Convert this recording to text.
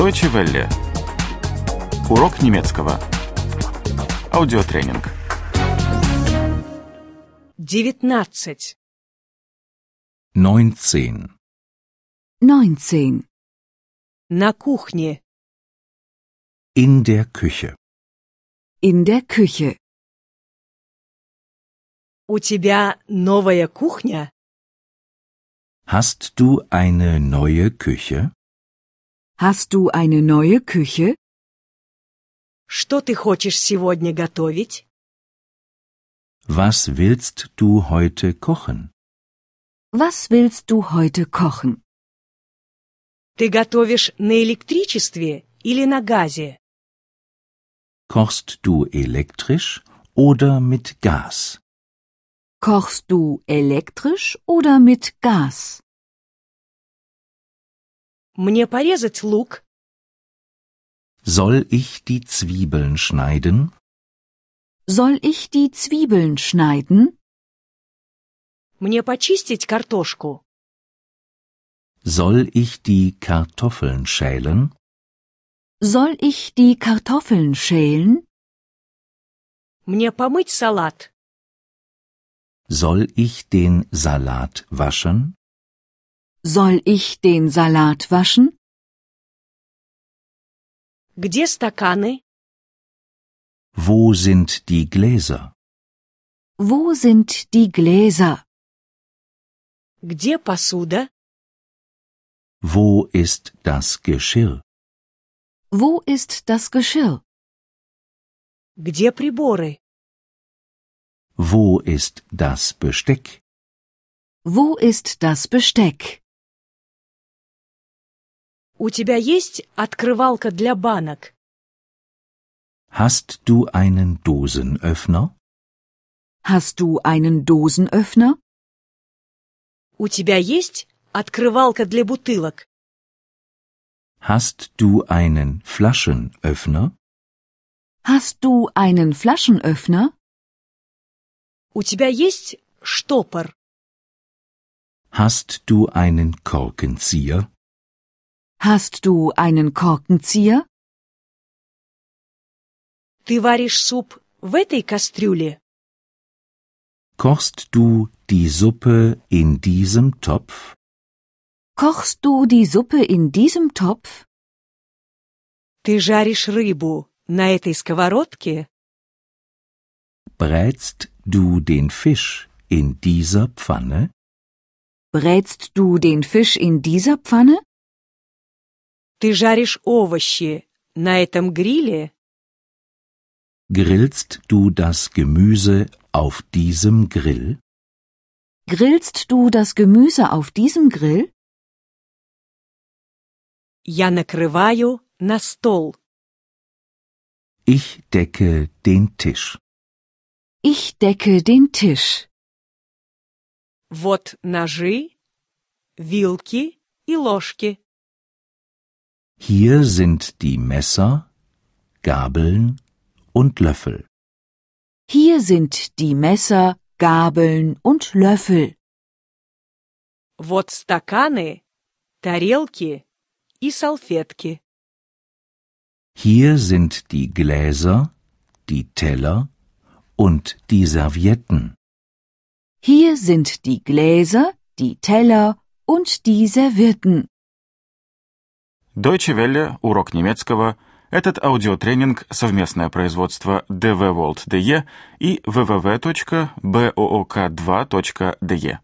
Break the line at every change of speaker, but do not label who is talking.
Deutsche Welle. Урок немецкого. Аудиотренинг.
19.
19.
19.
На кухне.
In der Küche.
In der Küche.
У тебя новая кухня?
Hast du eine neue Küche?
Hast du eine neue Küche?
Что ты хочешь сегодня готовить?
Was willst du heute kochen?
Was willst du heute kochen?
Ты готовишь на электричестве или на газе?
Kochst du elektrisch oder mit Gas?
Kochst du elektrisch oder mit Gas?
Мне порезать лук?
Soll ich die Zwiebeln schneiden?
Soll ich die Zwiebeln schneiden?
Мне почистить картошку?
Soll ich die Kartoffeln schälen?
Soll ich die Kartoffeln schälen?
Мне помыть салат?
Soll ich den Salat waschen?
Soll ich den Salat waschen?
Где стаканы?
Wo sind die Gläser?
Wo sind die Gläser?
Где посуда?
Wo ist das Geschirr?
Wo ist das Geschirr?
Где приборы?
Wo ist das Besteck?
Wo ist das Besteck?
У тебя есть открывалка для банок?
Hast du einen Dosenöffner?
Hast du einen Dosenöffner?
У тебя есть открывалка для бутылок?
Hast du einen Flaschenöffner?
Hast du einen Flaschenöffner?
У тебя есть штопор?
Hast du einen Korkenzieher?
Hast du einen Korkenzieher?
Ты варишь суп в этой кастрюле?
Kochst du die Suppe in diesem Topf?
Kochst du die Suppe in diesem Topf?
Ты жаришь рыбу на этой сковородке?
Brätst du den Fisch in dieser Pfanne?
Brätst du den Fisch in dieser Pfanne?
Ты жаришь овощи на этом гриле?
Grillst du das Gemüse auf diesem Grill?
Grillst du das Gemüse auf diesem Grill?
Я накрываю на стол.
Ich decke den Tisch.
Ich decke den Tisch.
Вот ножи, вилки и ложки.
Hier sind die Messer, Gabeln und Löffel.
Hier sind die Messer, Gabeln und Löffel.
Вот стаканы, тарелки и салфетки.
Hier sind die Gläser, die Teller und die Servietten.
Hier sind die Gläser, die Teller und die Servietten.
Deutsche Welle. Урок немецкого. Этот аудиотренинг – совместное производство DW World DE и www.book2.de.